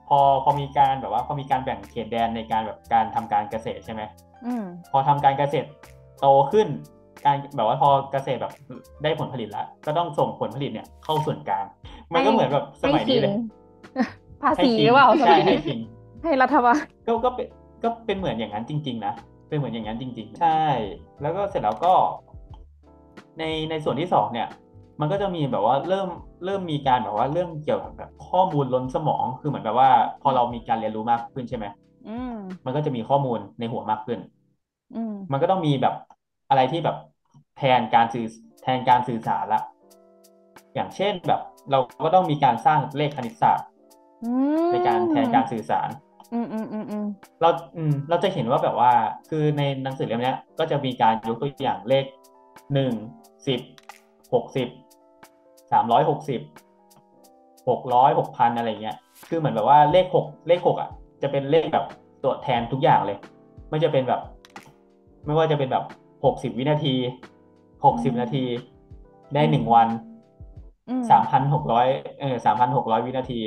พอพอมีการแบบว่า พอมีการแบ่งเขตแดนในการแบบการทำการเกษตรใช่ไหม อืม พอทำการเกษตรโตขึ้น การแบบว่าพอเกษตรแบบได้ผลผลิตแล้วก็ต้องส่งผลผลิตเนี่ยเข้าส่วนกลาง มันก็เหมือนแบบส ให้ มัย ชิ นี้ ง เลย ภาษีหรือเปล่าส ใช่ มัย ให้ นี้ ชิง ให้รัฐบาล ก็ก็เป็นก็เป็นเหมือนอย่างนั้นจริง ๆ นะ เป็นเหมือนอย่างนั้นจริง ๆ ใช่ แล้วก็เสร็จแล้วก็ ในในส่วนที่สองเนี่ย มันก็จะมีแบบว่าเริ่มเริ่มมีการแบบว่าเรื่องเกี่ยวกับแบบข้อมูลล้นสมอง คือเหมือนแบบว่า พอเรามีการเรียนรู้มากขึ้นใช่ไหม อืม มันก็จะมีข้อมูลในหัวมากขึ้น อืม มันก็ต้องมีแบบอะไรที่แบบแทนการสื่อแทนการสื่อสารละ อย่างเช่นแบบ เราก็ต้องมีการสร้างเลขคณิตศาสตร์ อืม ในการแทนการสื่อสาร อืมอืมอืมอืม เราอืมเราจะเห็นว่าแบบว่า คือในหนังสือเล่มเนี้ย ก็จะมีการยกตัวอย่างเลขหนึ่งสิบหกสิบสามร้อยหกสิบหกร้อยหกพันอะไรเงี้ย คือเหมือนแบบว่าเลขหกเลขหกอ่ะ จะเป็นเลขแบบตัวแทนทุกอย่างเลย ไม่จะเป็นแบบ ไม่ว่าจะเป็นแบบหกสิบวินาทีหกสิบนาที ได้หนึ่งวัน อืม สามพันหกร้อยเออสามพันหกร้อยวินาที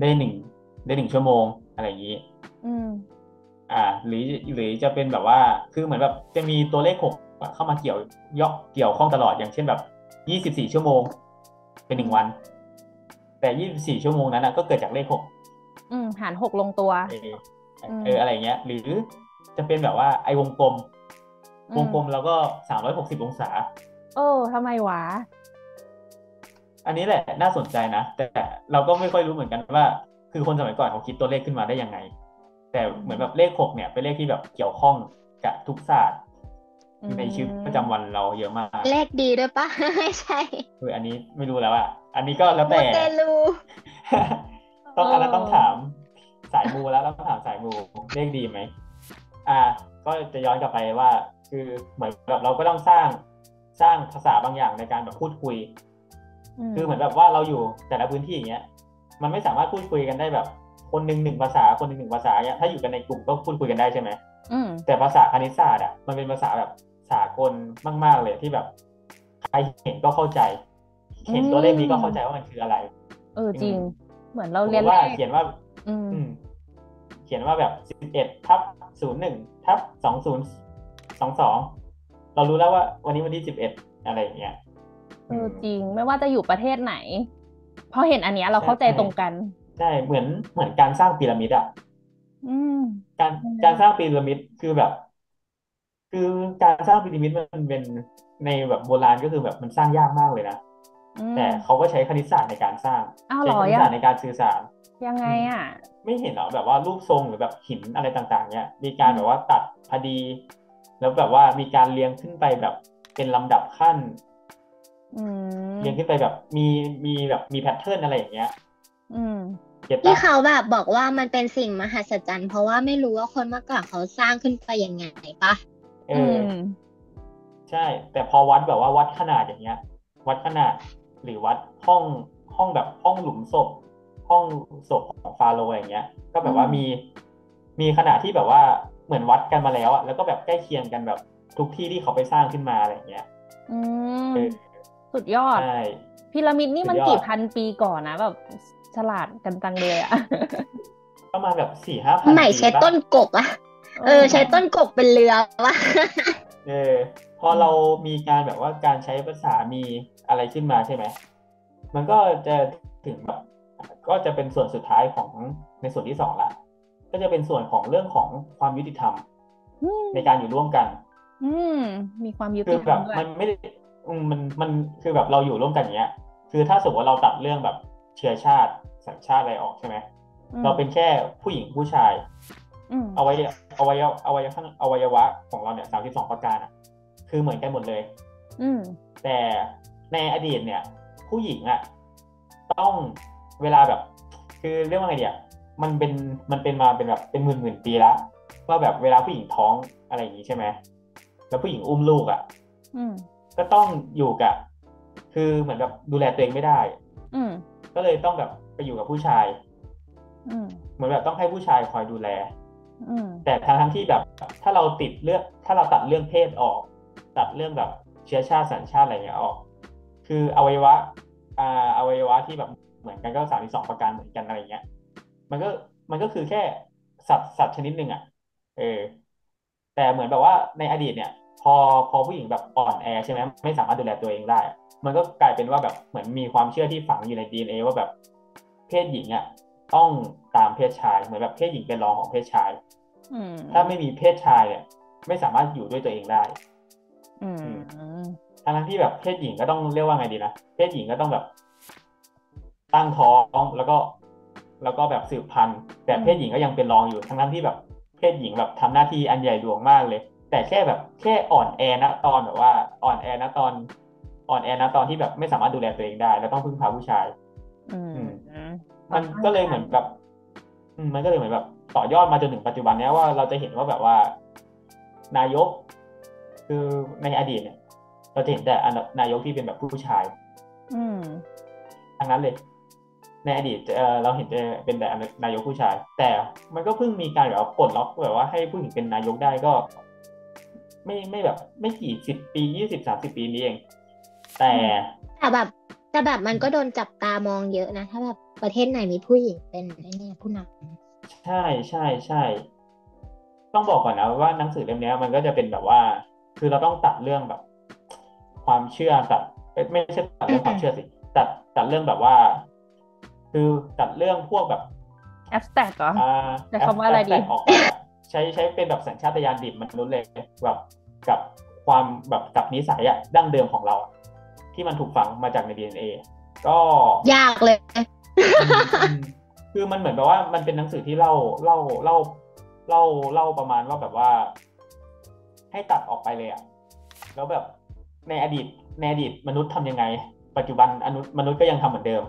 ได้หนึ่งได้หนึ่งชั่วโมงอะไรอย่างนี้ อืม อ่าหรือหรือจะเป็นแบบว่าคือเหมือนแบบจะมีตัวเลขหกเข้ามาเกี่ยวย่อเกี่ยวข้องตลอดอย่างเช่นแบบยี่สิบสี่ชั่วโมง เป็นหนึ่งวัน แต่ยี่สิบสี่ชั่วโมงนั้นนะก็เกิดจากเลขหก อืมหารหกลงตัว เออ อืม เอออะไรเงี้ย หรือจะเป็นแบบว่าไอ้วงกลม วงกลม อื แล้วก็สามร้อยหกสิบองศา เออทำไมวะ อันนี้แหละน่าสนใจนะ แต่เราก็ไม่ค่อยรู้เหมือนกันว่า คือคนสมัยก่อนเขาคิดตัวเลขขึ้นมาได้ยังไง แต่เหมือนแบบเลขหกเนี่ยเป็นเลขที่แบบเกี่ยวข้องกับทุกศาสตร์ อืม ในชีวิตประจำวันเราเยอะมาก เลขดีด้วยปะ ไม่ใช่ คืออันนี้ไม่รู้แล้วอ่ะ อันนี้ก็แล้ว โม แต่ เต ลู [laughs] ต้องอันนั้นต้องถามสายมูแล้วต้องถามสายมูเลขดีไหมอ่า ก็จะย้อนกลับไปว่า คือเหมือนแบบเราก็ต้องสร้างสร้างภาษาบางอย่างในการแบบพูดคุย ม คือเหมือนแบบว่าเราอยู่แต่ละพื้นที่อย่างเงี้ย มันไม่สามารถพูดคุยกันได้แบบ คนหนึ่งหนึ่งภาษาคนหนึ่งหนึ่งภาษาเนี้ยถ้าอยู่กันในกลุ่มก็พูดคุยกันได้ใช่ไหม อืม แต่ภาษาคณิตศาสตร์อ่ะมันเป็นภาษาแบบสากลมาก ๆ เลยที่แบบ ใครเห็นก็เข้าใจ เห็นตัวเลขนี้ก็เข้าใจว่ามันคืออะไร เออจริง เหมือนเรา ห เรี รื ยน อว่า แรก เขียนว่า อืม อืม เขียนว่าแบบสิบเอ็ดทับศูนย์หนึ่งทับสองศูนย์สองสองเรารู้แล้วว่าวันนี้วันที่สิบเอ็ดอะไรอย่างเงี้ย เออจริง ไม่ว่าจะอยู่ประเทศไหน พอเห็นอันเนี้ยเราเข้าใจตรงกัน ใช่เหมือนเหมือนการสร้างพีระมิดอะ อืม การ อืม การสร้างพีระมิดคือแบบ คือการสร้างพีระมิดมันเป็นในแบบโบราณก็คือแบบมันสร้างยากมากเลยนะ อืม แต่เขาก็ใช้คณิตศาสตร์ในการสร้าง อ้าวเห ใช้ รอ คณิต ยัง ศาสตร์ในการสื่อสาร ยังไงอ่ะ ไม่เห็นเหรอแบบว่ารูปทรงหรือแบบหินอะไรต่างๆ เนี่ย มีการแบบว่าตัดพอดี แล้วแบบว่ามีการเรียงขึ้นไปแบบเป็นลำดับขั้น อืม เรียงขึ้นไปแบบมีมีแบบมีแพทเทิร์นอะไรอย่างเงี้ย อืม เก็ต ที่ ปะ เขาแบบบอกว่ามันเป็นสิ่งมหัศจรรย์ เพราะว่าไม่รู้ว่าคนเมื่อก่อนเขาสร้างขึ้นไปยังไงปะ เอ อื อ ม ใช่ แต่พอวัดแบบว่าวัดขนาดอย่างเงี้ย วัดขนาดหรือวัดห้องห้องแบบห้องหลุมศพ ห้องศพของฟาโรห์อย่างเงี้ย ก็แบบว่า อืม มีมีขนาดที่แบบว่าเหมือนวัดกันมาแล้วอะแล้วก็แบบใกล้เคียงกันแบบทุกที่ที่เขาไปสร้างขึ้นมาอะไรอย่างเงี้ย อืม เออ สุดยอด ใช่ พีระมิดนี่มัน สุดยอด กี่พันปีก่อนนะแบบฉลาดกันจังเลยอ่ะ ประมาณแบบสี่ห้าพัน ใหม่ใช้ต้นกกอะเออ ใช้ต้นกกเป็นเรือวะ เออ พอเรามีการแบบว่าการใช้ภาษามีอะไรขึ้นมาใช่ไหม มันก็จะถึงแบบก็จะเป็นส่วนสุดท้ายของในส่วนที่สองละ ก็จะเป็นส่วนของเรื่องของความยุติธรรม อืม ในการอยู่ร่วมกัน อืม มีความยุ คื ติ อ ธร แบ รม บ ด้วย มันไม่ได้อืมมันมันคือแบบเราอยู่ร่วมกันอย่างเงี้ย คือถ้าสมมติว่าเราตัดเรื่องแบบเชื้อชาติสัญชาติอะไรออกใช่ไหม อืม เราเป็นแค่ผู้หญิงผู้ชาย อืม อวัยวะอวัยวะอวัยวะข้างอวัยวะของเราเนี่ยสามสิบสองประการอ่ะ คือเหมือนกันหมดเลย อืม แต่ในอดีตเนี่ย ผู้หญิงอ่ะต้องเวลาแบบ คือเรียกว่าไงเดียมันเป็นมันเป็นมาเป็นแบบเป็นหมื่นหมื่นปีละว่าแบบเวลาผู้หญิงท้องอะไรอย่างนี้ใช่ไหมแล้วผู้หญิงอุ้มลูกอ่ะ อืม ก็ต้องอยู่กับ คือเหมือนแบบดูแลตัวเองไม่ได้ อืม ก็เลยต้องแบบไปอยู่กับผู้ชาย อืม เหมือนแบบต้องให้ผู้ชายคอยดูแล อืม แต่ทั้งทั้งๆที่แบบถ้าเราติดเรื่องถ้าเราตัดเรื่องเพศออก ตัดเรื่องแบบเชื้อชาติสัญชาติอะไรเงี้ยออก คืออวัยวะอ่าอวัยวะที่แบบเหมือนกันก็สามสองประการเหมือนกันอะไรเงี้ย มันก็มันก็คือแค่สัตว์สัตว์ชนิดหนึ่งอ่ะเออ แต่เหมือนแบบว่าในอดีตเนี่ย พอพอผู้หญิงแบบอ่อนแอใช่ไหมไม่สามารถดูแลตัวเองได้ มันก็กลายเป็นว่าแบบเหมือนมีความเชื่อที่ฝังอยู่ใน DNA ว่าแบบเพศหญิงอ่ะต้องตามเพศชาย เหมือนแบบเพศหญิงเป็นรองของเพศชาย อืม ถ้าไม่มีเพศชายเนี่ยไม่สามารถอยู่ด้วยตัวเองได้ อืม ทั้งๆที่แบบเพศหญิงก็ต้องเรียกว่าไงดีนะ เพศหญิงก็ต้องแบบ ตั้งท้องแล้วก็ แล้วก็แบบสืบพันธุ์ แต่เพศหญิงก็ยังเป็นรองอยู่ ทั้งๆที่แบบเพศหญิงแบบทำหน้าที่อันใหญ่หลวงมากเลย แต่แค่แบบแค่อ่อนแอนะตอนแบบว่า อ่อนแอนะตอน อ่อนแอนะตอนที่แบบไม่สามารถดูแลตัวเองได้ แล้วต้องพึ่งพาผู้ชาย อืมอืม มันก็เลยเหมือนแบบอืมมันก็เลยเหมือนแบบต่อยอดมาจนถึงปัจจุบันเนี้ยว่าเราจะเห็นว่าแบบว่า นายก คือในอดีตเนี่ย เราจะเห็นแต่อันนายกที่เป็นแบบผู้ชาย อืม ทั้งนั้นเลย ในอดีตเออเราเห็นแต่เป็นแต่นายกผู้ชาย แต่มันก็เพิ่งมีการแบบว่าปลดล็อกแบบว่าให้ผู้หญิงเป็นนายกได้ก็ ไม่ไม่แบบ ไม่กี่สิบปียี่สิบสามสิบปีนี้เอง แต่ แต่แบบแต่แบบมันก็โดนจับตามองเยอะนะ ถ้าแบบประเทศไหนมีผู้หญิงเป็นไอ้เนี่ยผู้น ใช่ใช่ใช่ ต้องบอกก่อนนะว่าหนังสือเล่มเนี้ยมันก็จะเป็นแบบว่า คือเราต้องตัดเรื่องแบบ ความเชื่อตัดเอ้ยไม่ใช่ตัดเรื่องความเชื่อสิตัดตัดเรื่องแบบว่า คือตัดเรื่องพวกแบบ แอปแตกเหรอ อ่า แต่คำว่าอะไรดี แตกออกไปอะใช้ใช้เป็นแบบสัญชาตญาณดิบมนุษย์เลยแบบกับความแบบกับนิสัยอะดั้งเดิมของเราอะที่มันถูกฝังมาจากในดีเอ็นเอก็ ำยากเลย อืม [laughs] คือมันเหมือนแบบว่ามันเป็นหนังสือที่เล่าเล่าเล่าเล่าเล่าประมาณว่าแบบว่า ให้ตัดออกไปเลยอะแล้วแบบในอดีตในอดีตมนุษย์ทำยังไง ปัจจุบันอนุมนุษย์ก็ยังทำเหมือนเดิม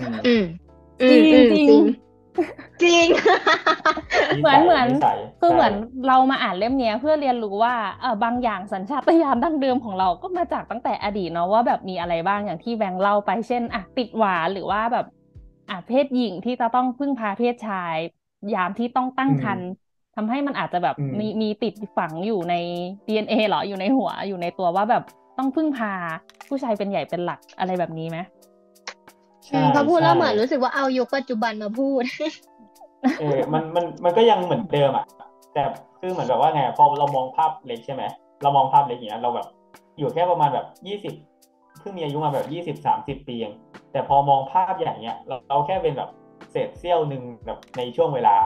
อืม อืมอืม จริงจริง จริง เหมือนเหมือน สัย คือเหมือน ใช่ เรามาอ่านเล่มเนี้ยเพื่อเรียนรู้ว่าเออบางอย่างสัญชาตญาณดั้งเดิมของเราก็มาจากตั้งแต่อดีตเนาะว่าแบบมีอะไรบ้างอย่างที่แบงค์เล่าไปเช่นอ่ะติดหวานหรือว่าแบบอ่ะเพศหญิงที่จะต้องพึ่งพาเพศชาย ยามที่ต้องตั้งครรภ์ทำให้มันอาจจะแบบมีมีติดฝังอยู่ใน DNA เหรออยู่ในหัวอยู่ในตัวว่าแบบต้องพึ่งพาผู้ชายเป็นใหญ่เป็นหลักอะไรแบบนี้ไหม ใช่ พอพูดแล้ว ใช่ เหมือนรู้สึกว่าเอายุคปัจจุบันมาพูด เออมันมันมันก็ยังเหมือนเดิมอ่ะแต่คือเหมือนแบบว่าไงพอเรามองภาพเล็กใช่ไหมเรามองภาพเล็กอย่างเงี้ยเราแบบ อยู่แค่ประมาณแบบยี่สิบ พิ่งมีอายุมาแบบยี่สิบสามสิบปีเองแต่พอมองภาพอย่างเงี้ย เราเราแค่เป็นแบบเศษเสี้ยวหนึ่งแบบในช่วงเวลา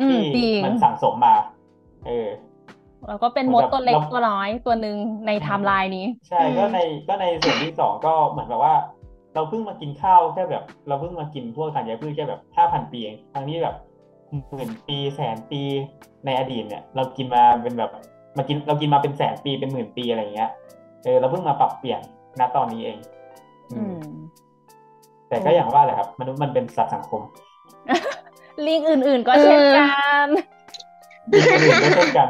อืม ที่ จริง มันสั่งสมมา เออ แล้วก็เป็นมดตัวเล็กตัวน้อยตัวหนึ่งในไทม์ไลน์นี้ ใช่ อืม ก็ในก็ในส่วนที่สองก็เหมือนแบบว่า เราเพิ่งมากินข้าวแค่แบบ เราเพิ่งมากินพวกธัญพืชแค่แบบห้าพันปีเองทั้งที่แบบหมื่นปีแสนปีในอดีตเนี่ย เรากินมาเป็นแบบมากินเรากินมาเป็นแสนปีเป็นหมื่นปีอะไรอย่างเงี้ยเออเราเพิ่งมาปรับเปลี่ยนณตอนนี้เอง อื อื ม ม แต่ก็อย่างว่าแหละครับมนุษย์มันเป็นสัตว์สังคม ลิงอื่นๆก็เช่นกัน มีคนอื่นก็เช่นกัน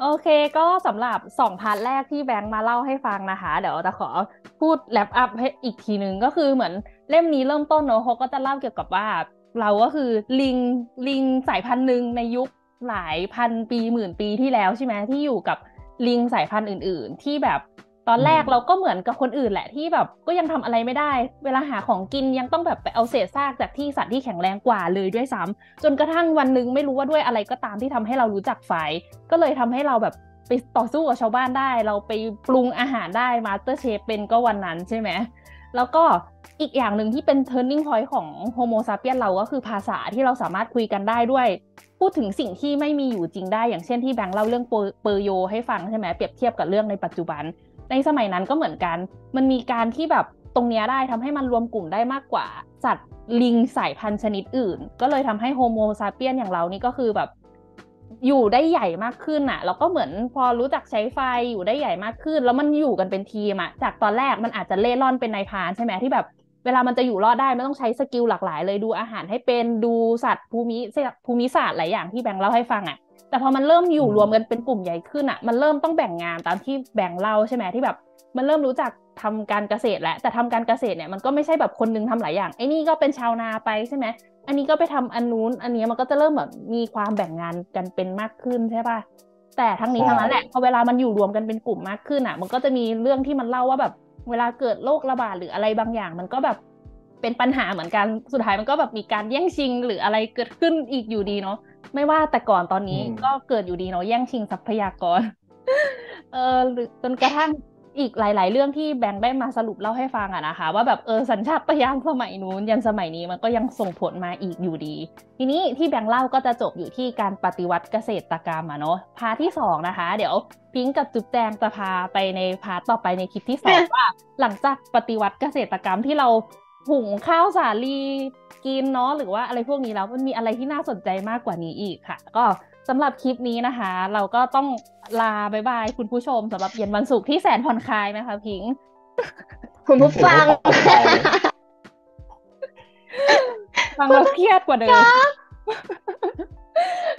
โอเคก็สำหรับสองพาร์ทแรกที่แบงค์มาเล่าให้ฟังนะคะ เดี๋ยวจะขอพูดแลปอัพให้อีกทีหนึ่งก็คือเหมือนเล่มนี้เริ่มต้นเนอะเขาก็จะเล่าเกี่ยวกับว่าเราก็คือลิงลิงสายพันธุ์หนึ่งในยุคหลายพันปีหมื่นปีที่แล้วใช่ไหมที่อยู่กับลิงสายพันธุ์อื่น ๆ ที่แบบตอนแรกเราก็เหมือนกับคนอื่นแหละที่แบบก็ยังทำอะไรไม่ได้ เวลาหาของกินยังต้องแบบไปเอาเศษซากจากที่สัตว์ที่แข็งแรงกว่าเลยด้วยซ้ำ จนกระทั่งวันหนึ่งไม่รู้ว่าด้วยอะไรก็ตามที่ทำให้เรารู้จักไฟ ก็เลยทำให้เราแบบไปต่อสู้กับชาวบ้านได้ เราไปปรุงอาหารได้มาสเตอร์เชฟเป็นก็วันนั้นใช่ไหม แล้วก็อีกอย่างหนึ่งที่เป็น turning point ของ Homo sapiens เราก็คือภาษาที่เราสามารถคุยกันได้ด้วย พูดถึงสิ่งที่ไม่มีอยู่จริงได้ อย่างเช่นที่แบงค์เล่าเรื่องเปอร์เปอร์โยให้ฟังใช่ไหมเปรียบเทียบกับเรื่องในปัจจุบัน ในสมัยนั้นก็เหมือนกัน มันมีการที่แบบตรงเนี้ยได้ทำให้มันรวมกลุ่มได้มากกว่า สัตว์ลิงสายพันธุ์ชนิดอื่น ก็เลยทำให้โฮโมซาเปียนอย่างเรานี่ก็คือแบบ อยู่ได้ใหญ่มากขึ้นอะแล้วก็เหมือนพอรู้จักใช้ไฟอยู่ได้ใหญ่มากขึ้น แล้วมันอยู่กันเป็นทีมอะจากตอนแรกมันอาจจะเล่ร่อนเป็นนายพรานใช่ไหมที่แบบ เวลามันจะอยู่รอดได้มันต้องใช้สกิลหลากหลายเลยดูอาหารให้เป็นดูสัตว์ภูมิภูมิศาสตร์หลายอย่างที่แบงค์เล่าให้ฟังอะ แต่พอมันเริ่มอยู่รวมกันเป็นกลุ่มใหญ่ขึ้นอ่ะ มันเริ่มต้องแบ่งงานตามที่แบ่งเล่าใช่ไหมที่แบบ มันเริ่มรู้จักทำการเกษตรแล้วแต่ทำการเกษตรเนี่ยมันก็ไม่ใช่แบบคนนึงทำหลายอย่างไอ้นี่ก็เป็นชาวนาไปใช่ไหมอันนี้ก็ไปทำอันนู้นอันนี้มันก็จะเริ่มแบบมีความแบ่งงานกันเป็นมากขึ้นใช่ป่ะแต่ทั้งนี้ทั้งนั้นแหละพอเวลามันอยู่รวมกันเป็นกลุ่มมากขึ้นอ่ะ มันก็จะมีเรื่องที่มันเล่าว่าแบบ เวลาเกิดโรคระบาดหรืออะไรบางอย่าง มันก็แบบเป็นปัญหาเหมือนกันสุดท้ายมันก็แบบมีการแย่งชิงหรืออะไรเกิดขึ้นอีกอยู่ดีเนาะ ไม่ว่าแต่ก่อนตอนนี้ อืม ก็เกิดอยู่ดีเนาะแย่งชิงทรัพยากร [laughs] เออหรือจนกระทั่งอีกหลาย ๆ เรื่องที่แบงค์ได้มาสรุปเล่าให้ฟังอะนะคะ ว่าแบบเออสัญชาตญาณสมัยนู้นยันสมัยนี้มันก็ยังส่งผลมาอีกอยู่ดี ทีนี้ที่แบงค์เล่าก็จะจบอยู่ที่การปฏิวัติเกษตรกรรมอะเนาะพาร์ทที่สองนะคะ เดี๋ยวพิงค์กับจุ๊บแจงจะพาไปในพาร์ทต่อไปในคลิปที่สองว่า หลังจากปฏิวัติเกษตรกรรมที่เราหุงข้าวสาลีกินเนาะหรือว่าอะไรพวกนี้แล้วมันมีอะไรที่น่าสนใจมากกว่านี้อีกค่ะ ก็สำหรับคลิปนี้นะคะ เราก็ต้องลาบายบายคุณผู้ชมสำหรับเย็นวันศุกร์ที่แสนผ่อนคลายนะคะพิงค์ คุณผู้ฟัง ฟังเราเครียดกว่าเดิ [laughs] ม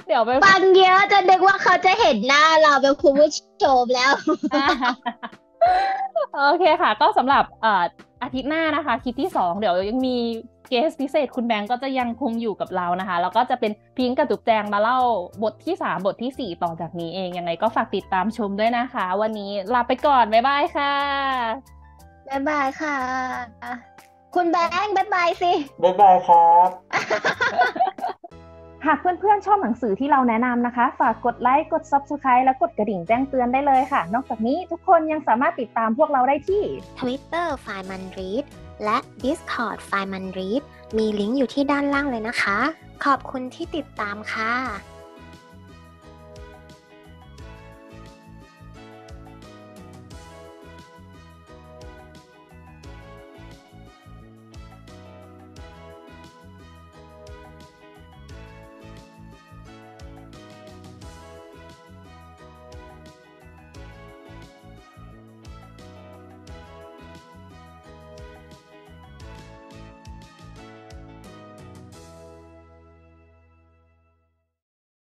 เดี๋ยวไป ฟังเยอะจนนึกว่าเขาจะเห็นหน้าเราเป็นคุณผู้ชมแล้ว โอเคค่ะ ก็สำหรับเอ่ออาทิตย์หน้านะคะคลิปที่ 2 เดี๋ยวยังมีเกสพิเศษคุณแบงก์ก็จะยังคงอยู่กับเรานะคะ แล้วก็จะเป็นพิงค์กับจุกแจงมาเล่าบทที่ 3 บททีสี่ 4 ต่อจากนี้เอง ยังไงก็ฝากติดตามชมด้วยนะคะ วันนี้ลาไปก่อน บ๊ายบายค่ะ บ๊ายบายค่ะ คุณแบงค์บ๊ายบายสิ [laughs] บ๊ายบายครับ หากเพื่อนๆ ชอบหนังสือที่เราแนะนำนะคะ ฝากกดไลค์ กด Subscribe และกดกระดิ่งแจ้งเตือนได้เลยค่ะ นอกจากนี้ทุกคนยังสามารถติดตามพวกเราได้ที่ Twitter f i n e m a n r e a d และ Discord f i n e m a n r e a d มีลิงก์อยู่ที่ด้านล่างเลยนะคะ ขอบคุณที่ติดตามค่ะ